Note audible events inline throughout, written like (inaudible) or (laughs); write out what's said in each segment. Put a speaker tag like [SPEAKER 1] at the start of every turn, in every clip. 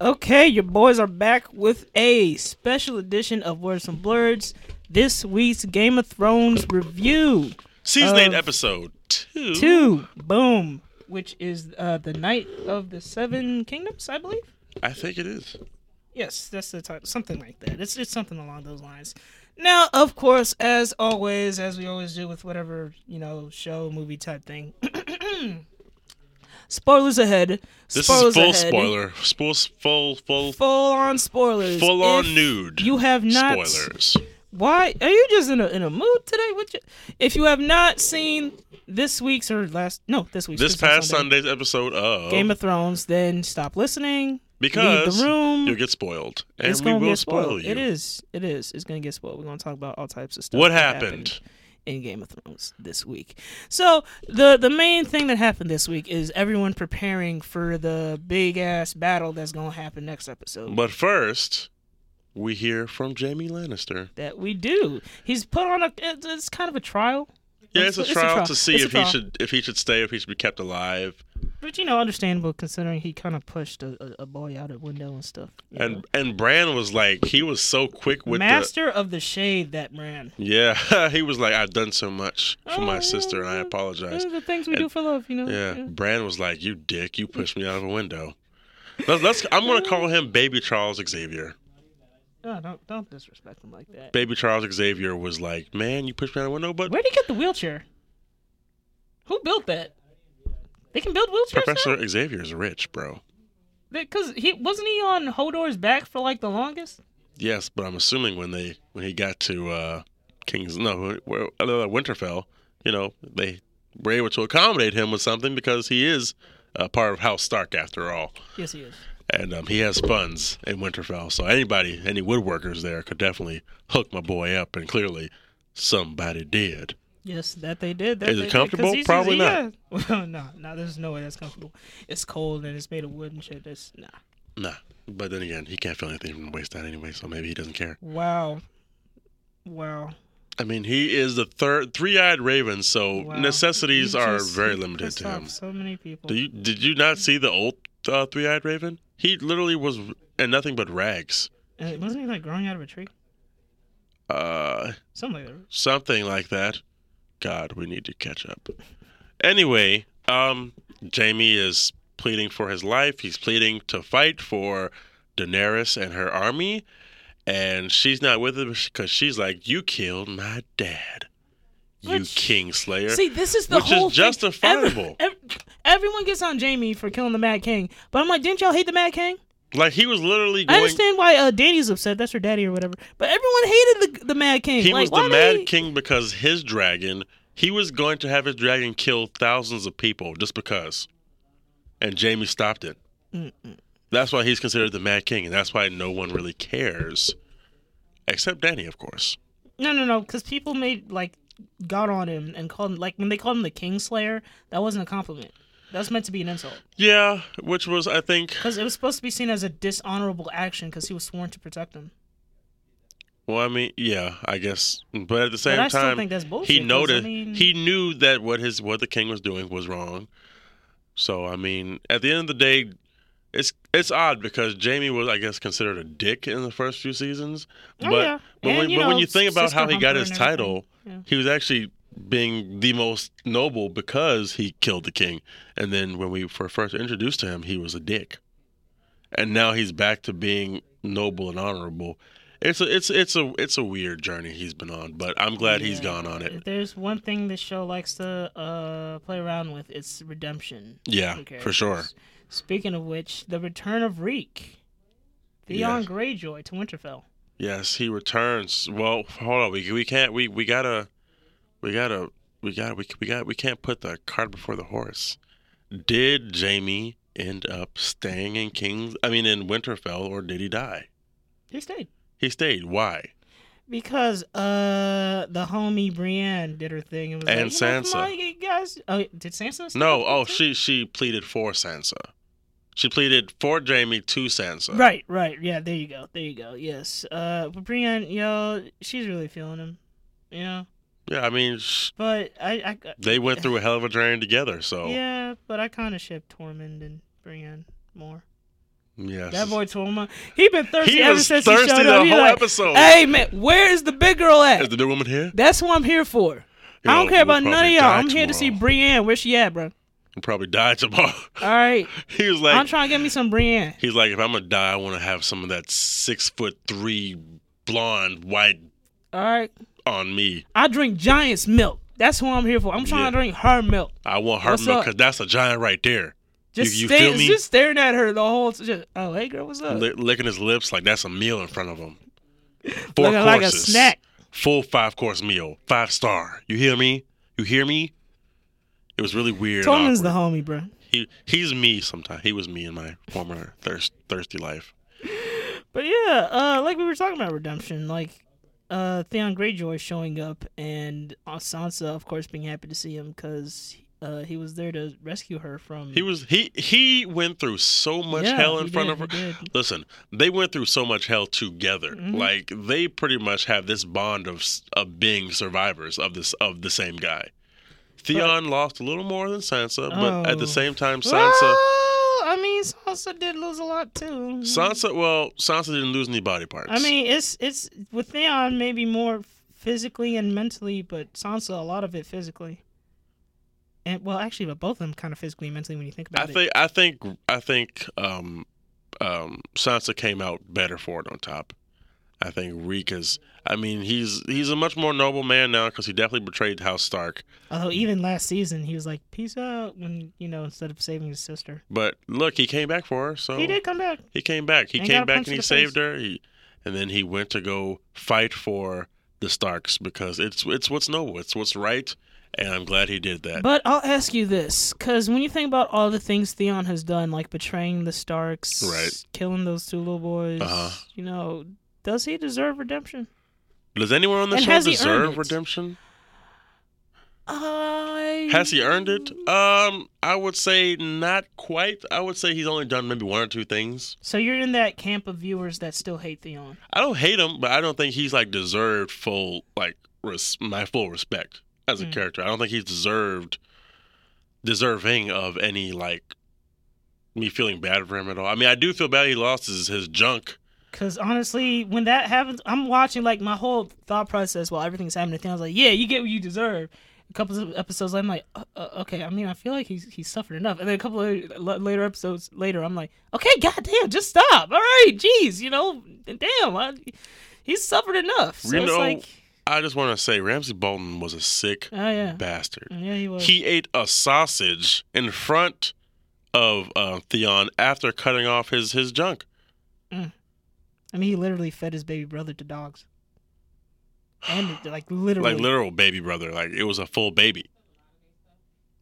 [SPEAKER 1] Okay, your boys are back with a special edition of Words and Blurs. This week's Game of Thrones review
[SPEAKER 2] Season
[SPEAKER 1] Of-
[SPEAKER 2] 8, episode 2.
[SPEAKER 1] two, boom, which is uh, the Night of the Seven Kingdoms, I believe.
[SPEAKER 2] I think it is.
[SPEAKER 1] Yes, that's the title, something like that. It's it's something along those lines. Now, of course, as always, as we always do with whatever you know, show, movie type thing. (clears throat) spoilers ahead.
[SPEAKER 2] This
[SPEAKER 1] spoilers
[SPEAKER 2] is full
[SPEAKER 1] ahead.
[SPEAKER 2] spoiler. Full, full, full,
[SPEAKER 1] Full on spoilers.
[SPEAKER 2] full on
[SPEAKER 1] If
[SPEAKER 2] nude.
[SPEAKER 1] You have not
[SPEAKER 2] Spoilers.
[SPEAKER 1] Why are you just in a in a mood today? What you, if you have not seen this week's or last no this week's
[SPEAKER 2] This
[SPEAKER 1] this
[SPEAKER 2] past Sunday's episode of
[SPEAKER 1] Game of Thrones, then stop listening. leave
[SPEAKER 2] Because
[SPEAKER 1] the room.
[SPEAKER 2] you'll get spoiled. And
[SPEAKER 1] it's
[SPEAKER 2] we
[SPEAKER 1] gonna
[SPEAKER 2] will
[SPEAKER 1] get
[SPEAKER 2] spoil
[SPEAKER 1] spoiled.
[SPEAKER 2] you.
[SPEAKER 1] It is. It is. It's gonna get spoiled. We're gonna talk about all types of stuff.
[SPEAKER 2] What
[SPEAKER 1] that
[SPEAKER 2] happened?
[SPEAKER 1] in Game of Thrones this week? So the the main thing that happened this week is everyone preparing for the big ass battle that's gonna happen next episode.
[SPEAKER 2] But first, we hear from Jamie Lannister.
[SPEAKER 1] that we do. He's put on a. It's it's kind of a trial.
[SPEAKER 2] Yeah, it's, a, trial to see
[SPEAKER 1] It's a
[SPEAKER 2] if he
[SPEAKER 1] trial.
[SPEAKER 2] should if he should stay, if he should be kept alive,
[SPEAKER 1] But you know, understandable considering he kind of pushed a, a, a boy out a window and stuff. you know.
[SPEAKER 2] and and Bran was like he was so quick with the
[SPEAKER 1] master of the shade, that man.
[SPEAKER 2] Yeah, (laughs) he was like, I've done so much for
[SPEAKER 1] Oh, yeah,
[SPEAKER 2] my sister, and I
[SPEAKER 1] yeah.
[SPEAKER 2] apologize.
[SPEAKER 1] Those are the things we
[SPEAKER 2] And-
[SPEAKER 1] do for love, you know.
[SPEAKER 2] Yeah, Bran was like, "You dick, you pushed me out of a window." Let's, let's, I'm gonna call him Baby Charles Xavier.
[SPEAKER 1] No, don't don't disrespect him like that.
[SPEAKER 2] Baby Charles Xavier was like, "Man, you pushed me out of a window, but
[SPEAKER 1] Where'd he get the wheelchair? Who built that? They can build wheelchairs
[SPEAKER 2] Professor Xavier is rich, bro."
[SPEAKER 1] Because he wasn't he on Hodor's back for like the longest.
[SPEAKER 2] Yes, but I'm assuming when they when he got to uh, King's no where, uh, Winterfell, you know, they were able to accommodate him with something because he is uh, part of House Stark after all.
[SPEAKER 1] Yes, he is.
[SPEAKER 2] and um, he has funds in Winterfell. So anybody, any woodworkers there could definitely hook my boy up, and clearly somebody did.
[SPEAKER 1] Yes, that they did. That
[SPEAKER 2] Is it
[SPEAKER 1] they did, 'cause
[SPEAKER 2] comfortable?
[SPEAKER 1] he's-
[SPEAKER 2] Probably
[SPEAKER 1] he's- yeah. (laughs) Well, no, no, there's no way that's comfortable. It's cold and it's made of wood and shit. That's nah.
[SPEAKER 2] Nah, but then again, he can't feel anything from the waist down anyway, so maybe he doesn't care.
[SPEAKER 1] Wow, wow.
[SPEAKER 2] I mean, he is the third three-eyed raven, so
[SPEAKER 1] Wow.
[SPEAKER 2] necessities
[SPEAKER 1] You
[SPEAKER 2] are
[SPEAKER 1] just-
[SPEAKER 2] very
[SPEAKER 1] you
[SPEAKER 2] limited
[SPEAKER 1] pissed
[SPEAKER 2] to him.
[SPEAKER 1] off So many people.
[SPEAKER 2] Do you did you not see the old uh, three-eyed raven? He literally was in nothing but rags.
[SPEAKER 1] Uh, wasn't he like growing out of a tree?
[SPEAKER 2] Uh,
[SPEAKER 1] Something like that.
[SPEAKER 2] something like that. God, we need to catch up. Anyway, um, Jamie is pleading for his life. He's pleading to fight for Daenerys and her army, and she's not with him because she's like, "You killed my dad, you
[SPEAKER 1] Which-
[SPEAKER 2] Kingslayer."
[SPEAKER 1] See, this is the
[SPEAKER 2] Which is
[SPEAKER 1] whole thing. Ev-
[SPEAKER 2] justifiable.
[SPEAKER 1] ev- everyone gets on Jamie for killing the Mad King, but I'm like, didn't y'all hate the Mad King?
[SPEAKER 2] like he was
[SPEAKER 1] I
[SPEAKER 2] literally going.
[SPEAKER 1] understand why uh, Danny's upset. That's her daddy or whatever. But everyone hated the the Mad King.
[SPEAKER 2] He
[SPEAKER 1] like,
[SPEAKER 2] was
[SPEAKER 1] why
[SPEAKER 2] the
[SPEAKER 1] did
[SPEAKER 2] Mad
[SPEAKER 1] he-
[SPEAKER 2] King because his dragon. He was going to have his dragon kill thousands of people just because, and Jamie stopped it. That's why he's considered the Mad King, and that's why no one really cares, except Danny, of course.
[SPEAKER 1] No, no, no. Because people made like got on him and called him like when they called him the King Slayer. That wasn't a compliment. That was meant to be an insult
[SPEAKER 2] Yeah, which was I think.
[SPEAKER 1] because it was supposed to be seen as a dishonorable action because he was sworn to protect him.
[SPEAKER 2] Well, I mean, yeah, I guess, but at the same
[SPEAKER 1] I still
[SPEAKER 2] time,
[SPEAKER 1] think that's bullshit,
[SPEAKER 2] he
[SPEAKER 1] 'cause, I
[SPEAKER 2] noticed
[SPEAKER 1] mean-
[SPEAKER 2] he knew that what his what the king was doing was wrong. So I mean, at the end of the day, it's it's odd because Jamie was, I guess, considered a dick in the first few seasons.
[SPEAKER 1] Oh,
[SPEAKER 2] but
[SPEAKER 1] yeah.
[SPEAKER 2] but,
[SPEAKER 1] And,
[SPEAKER 2] when,
[SPEAKER 1] you
[SPEAKER 2] but when
[SPEAKER 1] know,
[SPEAKER 2] you think about how
[SPEAKER 1] sister
[SPEAKER 2] he got
[SPEAKER 1] humper
[SPEAKER 2] his
[SPEAKER 1] and everything.
[SPEAKER 2] title,
[SPEAKER 1] Yeah.
[SPEAKER 2] he was actually being the most noble because he killed the king. And then when we were first introduced to him, he was a dick and now he's back to being noble and honorable. It's a it's it's a it's a weird journey he's been on, but I'm glad he's
[SPEAKER 1] Yeah.
[SPEAKER 2] gone on
[SPEAKER 1] If
[SPEAKER 2] it.
[SPEAKER 1] there's one thing this show likes to uh, play around with, it's redemption.
[SPEAKER 2] Yeah,
[SPEAKER 1] Okay.
[SPEAKER 2] for sure.
[SPEAKER 1] Speaking of which, the return of Reek, Theon
[SPEAKER 2] Yes.
[SPEAKER 1] Greyjoy to Winterfell.
[SPEAKER 2] Yes, he returns. Well, hold on, we we can't we we gotta we gotta we got we we got we can't put the cart before the horse. Did Jamie end up staying in King's? I mean, in Winterfell, or did he die?
[SPEAKER 1] He stayed
[SPEAKER 2] He stayed. Why?
[SPEAKER 1] because uh the homie Brienne did her thing and was
[SPEAKER 2] And
[SPEAKER 1] like, you know, come
[SPEAKER 2] Sansa.
[SPEAKER 1] on, you guys. Oh, did Sansa? stay
[SPEAKER 2] No.
[SPEAKER 1] with them
[SPEAKER 2] Oh,
[SPEAKER 1] too?
[SPEAKER 2] she she pleaded for Sansa. She pleaded for Jamie to Sansa.
[SPEAKER 1] Right, right, yeah. There you go, there you go. Yes, uh, but Brienne, yo, she's really feeling him, you know.
[SPEAKER 2] Yeah, I mean, sh-
[SPEAKER 1] But I, I,
[SPEAKER 2] they went through a hell Oh. of a journey together. So
[SPEAKER 1] yeah, but I kind of ship Tormund and Brienne more.
[SPEAKER 2] Yes.
[SPEAKER 1] That boy told him he been thirsty
[SPEAKER 2] He
[SPEAKER 1] ever
[SPEAKER 2] was
[SPEAKER 1] since he
[SPEAKER 2] thirsty
[SPEAKER 1] showed
[SPEAKER 2] the
[SPEAKER 1] up. He
[SPEAKER 2] whole
[SPEAKER 1] like,
[SPEAKER 2] episode.
[SPEAKER 1] Hey man, where is the big girl
[SPEAKER 2] Is
[SPEAKER 1] at?
[SPEAKER 2] the new woman here?
[SPEAKER 1] That's who I'm here for. I
[SPEAKER 2] Yo,
[SPEAKER 1] don't care
[SPEAKER 2] we'll
[SPEAKER 1] about none of
[SPEAKER 2] probably
[SPEAKER 1] y'all.
[SPEAKER 2] die
[SPEAKER 1] I'm here to see
[SPEAKER 2] tomorrow.
[SPEAKER 1] Brienne. Where she at, bro?
[SPEAKER 2] I'll probably die tomorrow. (laughs)
[SPEAKER 1] All right,
[SPEAKER 2] he was
[SPEAKER 1] I'm
[SPEAKER 2] like,
[SPEAKER 1] trying to get me some Brienne.
[SPEAKER 2] he's like, if I'm gonna die, I want to have some of that six foot three blonde white
[SPEAKER 1] All right,
[SPEAKER 2] on me.
[SPEAKER 1] I drink Giant's milk. That's who I'm here for. I'm trying
[SPEAKER 2] Yeah.
[SPEAKER 1] to drink her milk.
[SPEAKER 2] I want her
[SPEAKER 1] What's
[SPEAKER 2] milk
[SPEAKER 1] up?
[SPEAKER 2] because that's a giant right there.
[SPEAKER 1] Just
[SPEAKER 2] You- you
[SPEAKER 1] stay,
[SPEAKER 2] feel me?
[SPEAKER 1] just staring at her the whole. Just, oh, hey girl, what's up?
[SPEAKER 2] Li- licking his lips like that's a meal in front
[SPEAKER 1] (laughs)
[SPEAKER 2] of him. Four
[SPEAKER 1] Looking like a snack.
[SPEAKER 2] Full five course meal, five star. You hear me? You hear me? It was really weird. and
[SPEAKER 1] Tolman's the
[SPEAKER 2] awkward.
[SPEAKER 1] homie, bro.
[SPEAKER 2] he he's me sometimes. He was me in my former thirst thirsty life.
[SPEAKER 1] But yeah, uh, like we were talking about redemption, like uh, Theon Greyjoy showing up and uh, Sansa, of course, being happy to see him because uh, he was there to rescue her from.
[SPEAKER 2] He was he he went through so much
[SPEAKER 1] Yeah,
[SPEAKER 2] hell in
[SPEAKER 1] he
[SPEAKER 2] front
[SPEAKER 1] did,
[SPEAKER 2] of her.
[SPEAKER 1] he did.
[SPEAKER 2] Listen, they went through so much hell together.
[SPEAKER 1] Mhm.
[SPEAKER 2] Like they pretty much have this bond of s- of being survivors of this of the same guy. Theon lost a little more than Sansa, but at
[SPEAKER 1] Oh.
[SPEAKER 2] the same time, (laughs) Sansa.
[SPEAKER 1] Well, I mean, Sansa did lose a lot too.
[SPEAKER 2] Sansa, well, Sansa didn't lose any body parts.
[SPEAKER 1] I mean, it's it's with Theon maybe more physically and mentally, but Sansa a lot of it physically. And well, actually, but both of them kind of physically and mentally when you think
[SPEAKER 2] I
[SPEAKER 1] about it.
[SPEAKER 2] think, I think, I think, um, um, Sansa came out better for it on top. I think Rika's. I mean, he's he's a much more noble man now because he definitely betrayed House Stark.
[SPEAKER 1] Although even last season he was like peace out when you know instead of saving his sister.
[SPEAKER 2] But look, he came back for her. So
[SPEAKER 1] He did come back.
[SPEAKER 2] He came back. He
[SPEAKER 1] And got
[SPEAKER 2] came
[SPEAKER 1] a
[SPEAKER 2] back
[SPEAKER 1] punch in
[SPEAKER 2] and he
[SPEAKER 1] the
[SPEAKER 2] saved
[SPEAKER 1] face.
[SPEAKER 2] her. He, and then he went to go fight for the Starks because it's it's what's noble. It's what's right. And I'm glad he did that.
[SPEAKER 1] But I'll ask you this, because when you think about all the things Theon has done, like betraying the Starks,
[SPEAKER 2] Right.
[SPEAKER 1] killing those two little boys,
[SPEAKER 2] Uh-huh.
[SPEAKER 1] you know, does he deserve redemption?
[SPEAKER 2] Does anyone on the
[SPEAKER 1] And
[SPEAKER 2] show
[SPEAKER 1] has he earned
[SPEAKER 2] deserve
[SPEAKER 1] it?
[SPEAKER 2] redemption?
[SPEAKER 1] I
[SPEAKER 2] Has he earned it? Um, I would say not quite. I would say he's only done maybe one or two things.
[SPEAKER 1] So you're in that camp of viewers that still hate Theon.
[SPEAKER 2] I don't hate him, but I don't think he's like deserved full like res- my full respect as a
[SPEAKER 1] Mm.
[SPEAKER 2] character. I don't think he's deserved deserving of any like me feeling bad for him at all. I mean, I do feel bad he lost his his junk.
[SPEAKER 1] Because honestly, when that happens, I'm watching like my whole thought process while everything's happening. to Theon's like, yeah, you get what you deserve. A couple of episodes, later, I'm like, uh, uh, okay. I mean, I feel like he's he's suffered enough. And then a couple of l- later episodes later, I'm like, okay, goddamn, just stop. All right, jeez, you know, damn, I, he's suffered enough. So
[SPEAKER 2] You
[SPEAKER 1] it's
[SPEAKER 2] know-
[SPEAKER 1] like,
[SPEAKER 2] I just want to say Ramsey Bolton was a sick
[SPEAKER 1] oh yeah,
[SPEAKER 2] bastard.
[SPEAKER 1] yeah, he was.
[SPEAKER 2] He ate a sausage in front of uh, Theon after cutting off his his junk.
[SPEAKER 1] I mean, he literally fed his baby brother to dogs. And like literally,
[SPEAKER 2] Like literal baby brother. Like it was a full baby.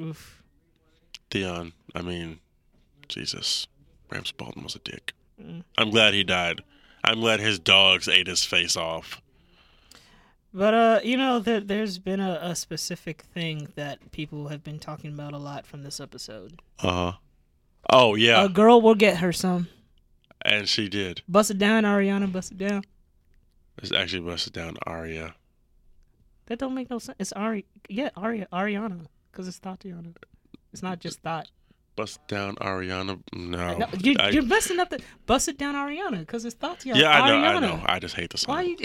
[SPEAKER 1] Oof.
[SPEAKER 2] Theon, I mean, Jesus. Ram Spalding was a dick.
[SPEAKER 1] Mm.
[SPEAKER 2] I'm glad he died. I'm glad his dogs ate his face off.
[SPEAKER 1] But uh, you know, there, there's been a, a specific thing that people have been talking about a lot from this episode.
[SPEAKER 2] Uh huh. Oh yeah,
[SPEAKER 1] A girl will get her some.
[SPEAKER 2] and she did.
[SPEAKER 1] Bust it down, Ariana. Bust it down.
[SPEAKER 2] It's actually busted down Arya.
[SPEAKER 1] That don't make no sense. It's Ari. Yeah, Ari. Ariana. Cause it's Tatiana. It's not just thought.
[SPEAKER 2] Busted down Ariana. No.
[SPEAKER 1] no, you,
[SPEAKER 2] Oh, I-
[SPEAKER 1] you're messing up the. Bust it down, Ariana. Cause it's Tatiana.
[SPEAKER 2] yeah, I know.
[SPEAKER 1] Ariana.
[SPEAKER 2] I know. I just hate the song.
[SPEAKER 1] Why you?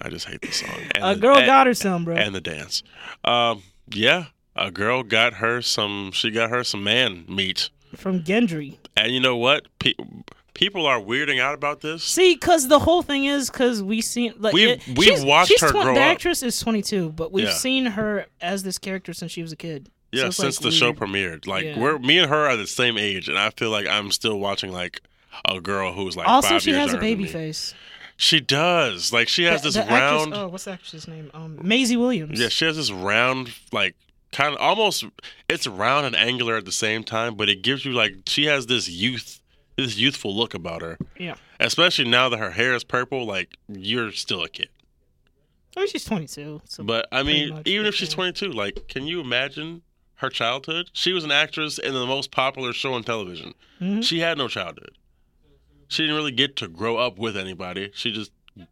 [SPEAKER 2] I just hate the song.
[SPEAKER 1] (laughs)
[SPEAKER 2] And
[SPEAKER 1] a
[SPEAKER 2] the-
[SPEAKER 1] girl
[SPEAKER 2] and-
[SPEAKER 1] got her some, bro.
[SPEAKER 2] and the dance. Um, yeah, a girl got her some. She got her some man meat.
[SPEAKER 1] from Gendry.
[SPEAKER 2] And you know what? Pe- people are weirding out about this.
[SPEAKER 1] See, cause the whole thing is, cause we seen like
[SPEAKER 2] We've-
[SPEAKER 1] it-
[SPEAKER 2] we've
[SPEAKER 1] she's-
[SPEAKER 2] watched
[SPEAKER 1] she's
[SPEAKER 2] her
[SPEAKER 1] twen-
[SPEAKER 2] grow
[SPEAKER 1] The
[SPEAKER 2] up.
[SPEAKER 1] actress is 22, but we've
[SPEAKER 2] Yeah.
[SPEAKER 1] seen her as this character since she was a kid. So
[SPEAKER 2] Yeah,
[SPEAKER 1] it's, like,
[SPEAKER 2] since the show
[SPEAKER 1] weird.
[SPEAKER 2] premiered, like
[SPEAKER 1] Yeah.
[SPEAKER 2] we're me and her are the same age, and I feel like I'm still watching like a girl who's like
[SPEAKER 1] also,
[SPEAKER 2] five
[SPEAKER 1] she
[SPEAKER 2] years
[SPEAKER 1] has a
[SPEAKER 2] younger than
[SPEAKER 1] baby
[SPEAKER 2] me.
[SPEAKER 1] face.
[SPEAKER 2] She does. Like she has
[SPEAKER 1] The-
[SPEAKER 2] this
[SPEAKER 1] the actress-
[SPEAKER 2] round.
[SPEAKER 1] oh, what's the actress's name? Um, Maisie Williams.
[SPEAKER 2] Yeah, she has this round, like kind of almost. It's round and angular at the same time, but it gives you like she has this youth, this youthful look about her.
[SPEAKER 1] Yeah.
[SPEAKER 2] Especially now that her hair is purple, like you're still a kid.
[SPEAKER 1] I mean, she's 22. So
[SPEAKER 2] But I
[SPEAKER 1] pretty
[SPEAKER 2] mean,
[SPEAKER 1] much,
[SPEAKER 2] even
[SPEAKER 1] but
[SPEAKER 2] if she's
[SPEAKER 1] yeah.
[SPEAKER 2] 22, like, can you imagine her childhood? She was an actress in the most popular show on television.
[SPEAKER 1] Mhm.
[SPEAKER 2] She had no childhood. She didn't really get to grow up with anybody. She just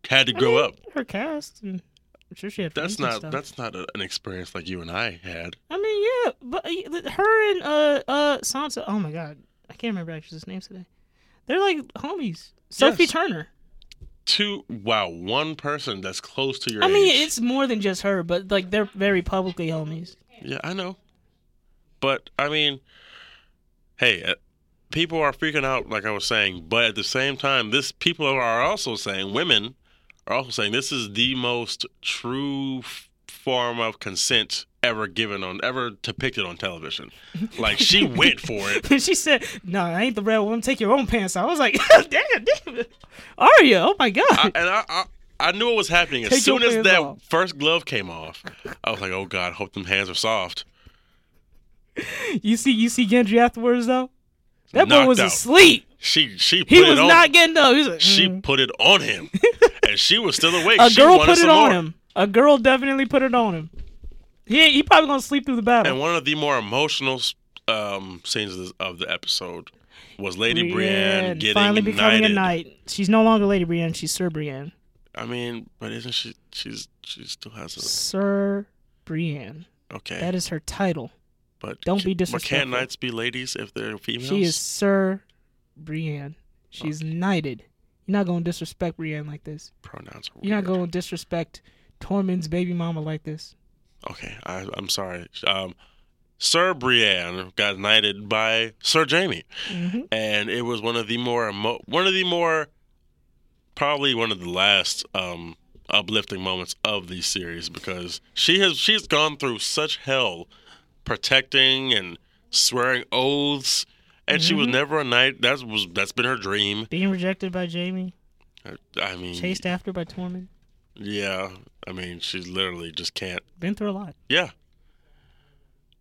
[SPEAKER 2] had to
[SPEAKER 1] I
[SPEAKER 2] grow
[SPEAKER 1] mean,
[SPEAKER 2] up.
[SPEAKER 1] Her cast. And I'm sure she had. friends
[SPEAKER 2] That's
[SPEAKER 1] and
[SPEAKER 2] not
[SPEAKER 1] stuff.
[SPEAKER 2] that's not a, an experience like you and I had.
[SPEAKER 1] I mean, yeah, but uh, her and uh uh Sansa. Oh my God, I can't remember actresses' names today. They're like homies. Sophie
[SPEAKER 2] Yes.
[SPEAKER 1] Turner.
[SPEAKER 2] Two wow, one person that's close to your
[SPEAKER 1] I mean,
[SPEAKER 2] age.
[SPEAKER 1] it's more than just her, but like they're very publicly homies. (laughs)
[SPEAKER 2] Yeah, I know. But I mean, hey, uh, people are freaking out, like I was saying. But at the same time, this people are also saying women are also saying this is the most true f- form of consent ever given on ever depicted
[SPEAKER 1] (laughs)
[SPEAKER 2] on television. Like she went for it.
[SPEAKER 1] she said, "No, I ain't the red one. Take your own pants out." I was like, (laughs) "Damn, damn, Arya! Oh my god!"
[SPEAKER 2] I, and I, I I knew what was happening as
[SPEAKER 1] Take your
[SPEAKER 2] soon as
[SPEAKER 1] pants
[SPEAKER 2] that
[SPEAKER 1] off.
[SPEAKER 2] first glove came off. I was like, oh god, hope them hands are soft.
[SPEAKER 1] you see, you see Gendry afterwards though. That boy
[SPEAKER 2] Knocked
[SPEAKER 1] was
[SPEAKER 2] out.
[SPEAKER 1] asleep.
[SPEAKER 2] She she put
[SPEAKER 1] He
[SPEAKER 2] it
[SPEAKER 1] was
[SPEAKER 2] on.
[SPEAKER 1] not getting up. He was like,
[SPEAKER 2] She
[SPEAKER 1] "Mm."
[SPEAKER 2] put it
[SPEAKER 1] (laughs)
[SPEAKER 2] on him, and she was still awake.
[SPEAKER 1] a
[SPEAKER 2] she
[SPEAKER 1] girl
[SPEAKER 2] wanted
[SPEAKER 1] put it
[SPEAKER 2] some
[SPEAKER 1] on
[SPEAKER 2] more.
[SPEAKER 1] him. A girl definitely put it on him. He he probably gonna sleep through the battle.
[SPEAKER 2] And one of the more emotional um, scenes of, this, of the episode was Lady Brienne getting
[SPEAKER 1] finally becoming
[SPEAKER 2] knighted.
[SPEAKER 1] a knight. She's no longer Lady Brienne. She's Sir Brienne.
[SPEAKER 2] I mean, but isn't she? She's she still has
[SPEAKER 1] Sir Brienne.
[SPEAKER 2] a okay.
[SPEAKER 1] That is her title.
[SPEAKER 2] but
[SPEAKER 1] don't be
[SPEAKER 2] But
[SPEAKER 1] disrespectful.
[SPEAKER 2] can't knights be ladies if they're females?
[SPEAKER 1] She is Sir Brienne. She's knighted. You're not gonna disrespect Brienne like this.
[SPEAKER 2] Pronouns are weird.
[SPEAKER 1] You're not gonna disrespect Tormund's baby mama like this.
[SPEAKER 2] Okay, I, I'm sorry. Um, Sir Brienne got knighted by Sir Jamie,
[SPEAKER 1] Mhm.
[SPEAKER 2] and it was one of the more emo- one of the more probably one of the last um, uplifting moments of the series because she has she's gone through such hell protecting and swearing oaths, and she was never a knight. That was that's been her dream.
[SPEAKER 1] Being rejected by Jamie,
[SPEAKER 2] I, I mean,
[SPEAKER 1] chased after by Tormund.
[SPEAKER 2] yeah, I mean, she literally just can't
[SPEAKER 1] Been through a lot.
[SPEAKER 2] Yeah.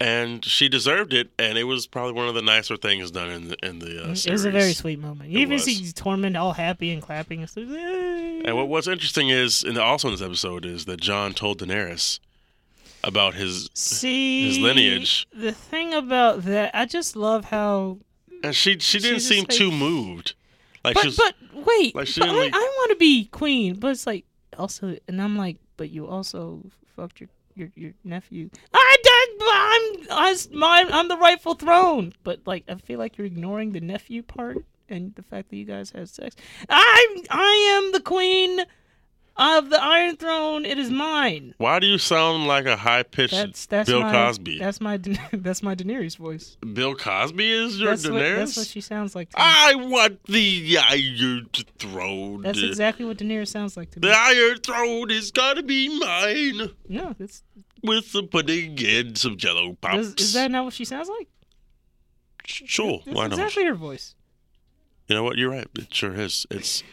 [SPEAKER 2] And she deserved it, and it was probably one of the nicer things done in the in the uh, series.
[SPEAKER 1] It was a very sweet moment. You
[SPEAKER 2] It
[SPEAKER 1] even
[SPEAKER 2] was.
[SPEAKER 1] see Tormund all happy and clapping. It's like, "Yay."
[SPEAKER 2] And what was interesting is, and also in this episode, is that John told Daenerys about his,
[SPEAKER 1] see
[SPEAKER 2] lineage.
[SPEAKER 1] The thing about that, I just love how.
[SPEAKER 2] and she she didn't
[SPEAKER 1] just
[SPEAKER 2] seem
[SPEAKER 1] like-
[SPEAKER 2] too moved. Like
[SPEAKER 1] But
[SPEAKER 2] she was,
[SPEAKER 1] but wait,
[SPEAKER 2] like, she
[SPEAKER 1] but I,
[SPEAKER 2] didn't, like-
[SPEAKER 1] I want to be queen, but it's like also, and I'm like, but you also fucked your your, your nephew. I did. I'm I, s- my, I'm the rightful throne, but like I feel like you're ignoring the nephew part and the fact that you guys had sex. I'm I am the queen of the Iron Throne. It is mine.
[SPEAKER 2] why do you sound like a high
[SPEAKER 1] That's
[SPEAKER 2] pitched
[SPEAKER 1] that's
[SPEAKER 2] Bill
[SPEAKER 1] my,
[SPEAKER 2] Cosby?
[SPEAKER 1] That's my (laughs) Da- that's my Daenerys voice.
[SPEAKER 2] Bill Cosby is your
[SPEAKER 1] That's what,
[SPEAKER 2] Daenerys. Ah!
[SPEAKER 1] that's what she sounds like. To me.
[SPEAKER 2] I want the Iron Throne.
[SPEAKER 1] That's exactly what Daenerys sounds like to me.
[SPEAKER 2] the Iron Throne is gonna be mine.
[SPEAKER 1] No, it's,
[SPEAKER 2] with some pudding and some jello pops.
[SPEAKER 1] is, is that not what she sounds like?
[SPEAKER 2] sure?
[SPEAKER 1] That's
[SPEAKER 2] Why not?
[SPEAKER 1] exactly her voice.
[SPEAKER 2] You know what? You're right. It sure is. It's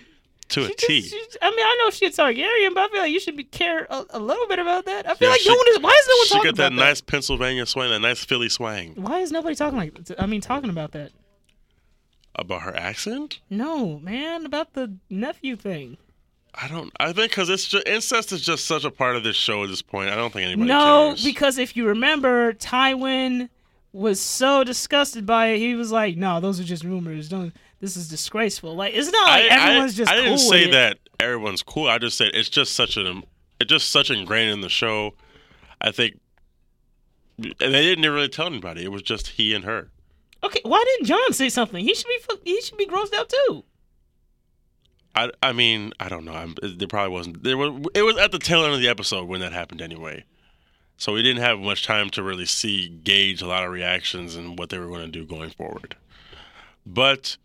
[SPEAKER 2] to a
[SPEAKER 1] She
[SPEAKER 2] T.
[SPEAKER 1] just, she, I mean, I know she's Targaryen, but I feel like you should be care a, a little bit about that. I feel
[SPEAKER 2] Yeah,
[SPEAKER 1] like
[SPEAKER 2] she-
[SPEAKER 1] no one is. Why is no one
[SPEAKER 2] she
[SPEAKER 1] talking
[SPEAKER 2] got that,
[SPEAKER 1] about
[SPEAKER 2] nice Pennsylvania swang, that nice Philly swang
[SPEAKER 1] Why is nobody talking like? I mean, talking about that?
[SPEAKER 2] about her accent.
[SPEAKER 1] No, man, about the nephew thing.
[SPEAKER 2] I don't. I think because it's just, incest is just such a part of this show at this point. I don't think anybody
[SPEAKER 1] no,
[SPEAKER 2] cares.
[SPEAKER 1] because if you remember, Tywin was so disgusted by it. He was like, "No, those are just rumors. Don't. This is disgraceful. Like, it's not like
[SPEAKER 2] I,
[SPEAKER 1] everyone's
[SPEAKER 2] I,
[SPEAKER 1] just."
[SPEAKER 2] I didn't
[SPEAKER 1] cool
[SPEAKER 2] say
[SPEAKER 1] with it.
[SPEAKER 2] that everyone's cool. I just said it's just such an um, it's just such ingrained in the show. I think, and they didn't really tell anybody. It was just he and her.
[SPEAKER 1] Okay, why didn't John say something? He should be. fu- He should be grossed out too.
[SPEAKER 2] I, I mean I don't know. I'm, there probably wasn't. There was. It was at the tail end of the episode when that happened anyway, so we didn't have much time to really see gauge a lot of reactions and what they were going to do going forward. But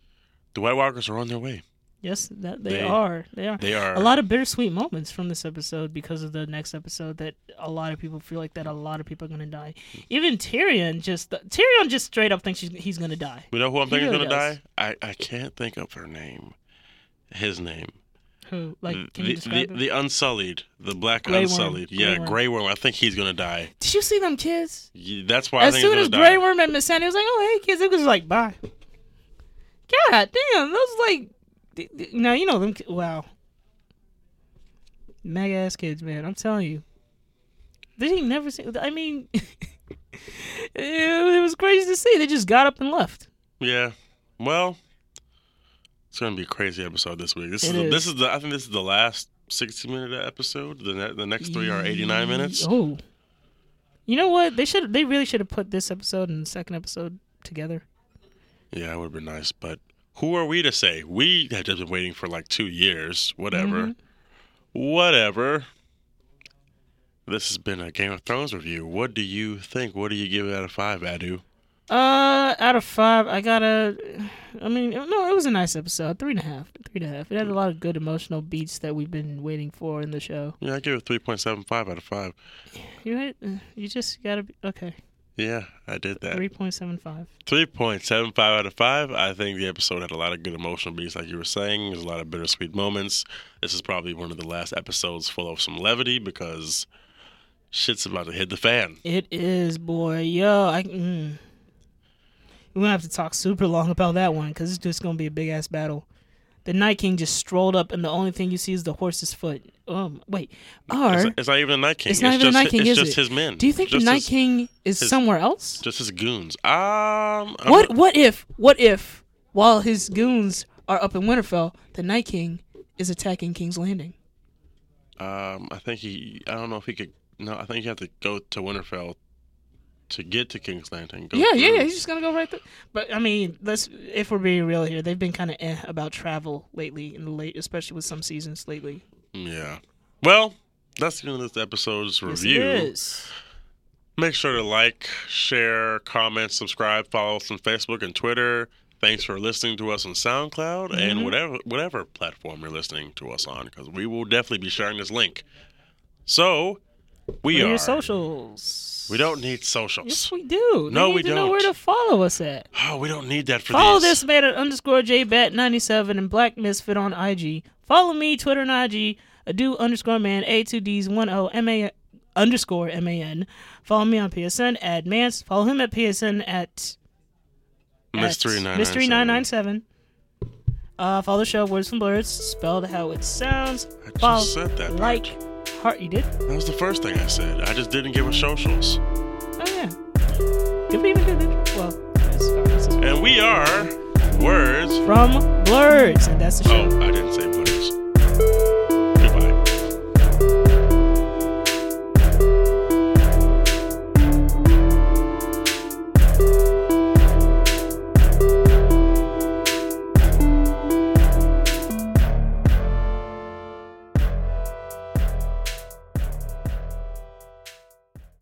[SPEAKER 2] the White Walkers are on their way.
[SPEAKER 1] Yes, that they,
[SPEAKER 2] They-
[SPEAKER 1] are. They are.
[SPEAKER 2] They are
[SPEAKER 1] a lot of bittersweet moments from this episode because of the next episode that a lot of people feel like that a lot of people are going to die. Even Tyrion just Tyrion just straight up thinks he's, he's going to die.
[SPEAKER 2] You know who I'm
[SPEAKER 1] He
[SPEAKER 2] thinking is
[SPEAKER 1] really
[SPEAKER 2] going to
[SPEAKER 1] does.
[SPEAKER 2] die? I, I can't think of her name. His name.
[SPEAKER 1] Who like can
[SPEAKER 2] Mm, the,
[SPEAKER 1] you describe
[SPEAKER 2] the,
[SPEAKER 1] it?
[SPEAKER 2] the Unsullied, the Black
[SPEAKER 1] Grey Worm.
[SPEAKER 2] Unsullied.
[SPEAKER 1] Grey
[SPEAKER 2] yeah,
[SPEAKER 1] Worm.
[SPEAKER 2] Grey Worm. I think he's going to die.
[SPEAKER 1] Did you see them kids?
[SPEAKER 2] Ye- That's why
[SPEAKER 1] As
[SPEAKER 2] I think
[SPEAKER 1] soon
[SPEAKER 2] he's
[SPEAKER 1] as
[SPEAKER 2] going to die.
[SPEAKER 1] Grey Worm met Miss Sandy, he was like, "Oh hey kids," it was like, "Bye." God damn, those like th- th- now you know them. ki- Wow, mega ass kids, man. I'm telling you, they ain't never seen. I mean, (laughs) it, it was crazy to see. They just got up and left.
[SPEAKER 2] Yeah. Well, it's gonna be a crazy episode this week. This is,
[SPEAKER 1] It
[SPEAKER 2] the, this
[SPEAKER 1] is.
[SPEAKER 2] is the I think this is the last sixty minute episode. The ne- the next three are eighty nine minutes.
[SPEAKER 1] Oh, you know what? They should. They really should have put this episode and the second episode together.
[SPEAKER 2] Yeah, it would have been nice, but Who are we to say? We have just been waiting for like two years. Whatever.
[SPEAKER 1] Mm-hmm.
[SPEAKER 2] Whatever. This has been a Game of Thrones review. What do you think? What do you give it out of five, Adu?
[SPEAKER 1] Uh, out of five, I gotta. I mean, no, it was a nice episode. Three and a half. Three and a half. It had a lot of good emotional beats that we've been waiting for in the show.
[SPEAKER 2] Yeah, I give it three point seven five out of five.
[SPEAKER 1] You right? You just gotta be okay.
[SPEAKER 2] Yeah, I did that.
[SPEAKER 1] Three point seven five.
[SPEAKER 2] Three point seven five out of five. I think the episode had a lot of good emotional beats, like you were saying. There's a lot of bittersweet moments. This is probably one of the last episodes full of some levity because shit's about to hit the fan.
[SPEAKER 1] It is, boy. Yo, I. Mm. We're gonna have to talk super long about that one because it's just gonna be a big ass battle. The Night King just strolled up, and the only thing you see is the horse's foot. Um, wait,
[SPEAKER 2] It's,
[SPEAKER 1] or
[SPEAKER 2] it's not even the Night King.
[SPEAKER 1] It's not even the
[SPEAKER 2] just,
[SPEAKER 1] Night King,
[SPEAKER 2] It's
[SPEAKER 1] is
[SPEAKER 2] just
[SPEAKER 1] it?
[SPEAKER 2] his men.
[SPEAKER 1] do you think the
[SPEAKER 2] Just
[SPEAKER 1] Night
[SPEAKER 2] his-
[SPEAKER 1] King is
[SPEAKER 2] his-
[SPEAKER 1] somewhere else?
[SPEAKER 2] Just his goons. Um, I'm-
[SPEAKER 1] What what if what if while his goons are up in Winterfell, the Night King is attacking King's Landing?
[SPEAKER 2] Um, I think he. I don't know if he could. No, I think you have to go to Winterfell to get to King's Landing. Go
[SPEAKER 1] yeah, yeah,
[SPEAKER 2] through.
[SPEAKER 1] yeah. He's just gonna go right there. But I mean, let's if we're being real here, they've been kind of eh about travel lately, in the late, especially with some seasons lately.
[SPEAKER 2] Yeah. Well, that's the end of this episode's
[SPEAKER 1] Yes,
[SPEAKER 2] review.
[SPEAKER 1] it is.
[SPEAKER 2] Make sure to like, share, comment, subscribe, follow us on Facebook and Twitter. Thanks for listening to us on SoundCloud
[SPEAKER 1] Mm-hmm.
[SPEAKER 2] and whatever whatever platform you're listening to us on, because we will definitely be sharing this link. So we
[SPEAKER 1] What are
[SPEAKER 2] are.
[SPEAKER 1] your socials?
[SPEAKER 2] We don't need socials.
[SPEAKER 1] Yes, we do. They
[SPEAKER 2] No,
[SPEAKER 1] need
[SPEAKER 2] we
[SPEAKER 1] to Know where
[SPEAKER 2] don't.
[SPEAKER 1] to follow us at?
[SPEAKER 2] Oh, we don't need that for
[SPEAKER 1] Follow
[SPEAKER 2] these.
[SPEAKER 1] this man at underscore jbat97 and black misfit on IG. Follow me, Twitter and IG, ado underscore man, A2Ds, 10MA underscore MAN. Follow me on PSN at Mance. Follow him at PSN at
[SPEAKER 2] mystery nine
[SPEAKER 1] Mystery 997. Uh, follow the show Words from Blurs, spelled how it sounds.
[SPEAKER 2] I just
[SPEAKER 1] Follow,
[SPEAKER 2] said that,
[SPEAKER 1] like, heart. You did?
[SPEAKER 2] That was the first thing I said. I just didn't give a socials.
[SPEAKER 1] Oh, yeah. Did we even do that? Well, that's fine. This is-
[SPEAKER 2] And we are words.
[SPEAKER 1] from Blurs, and that's the show.
[SPEAKER 2] Oh, I didn't say words.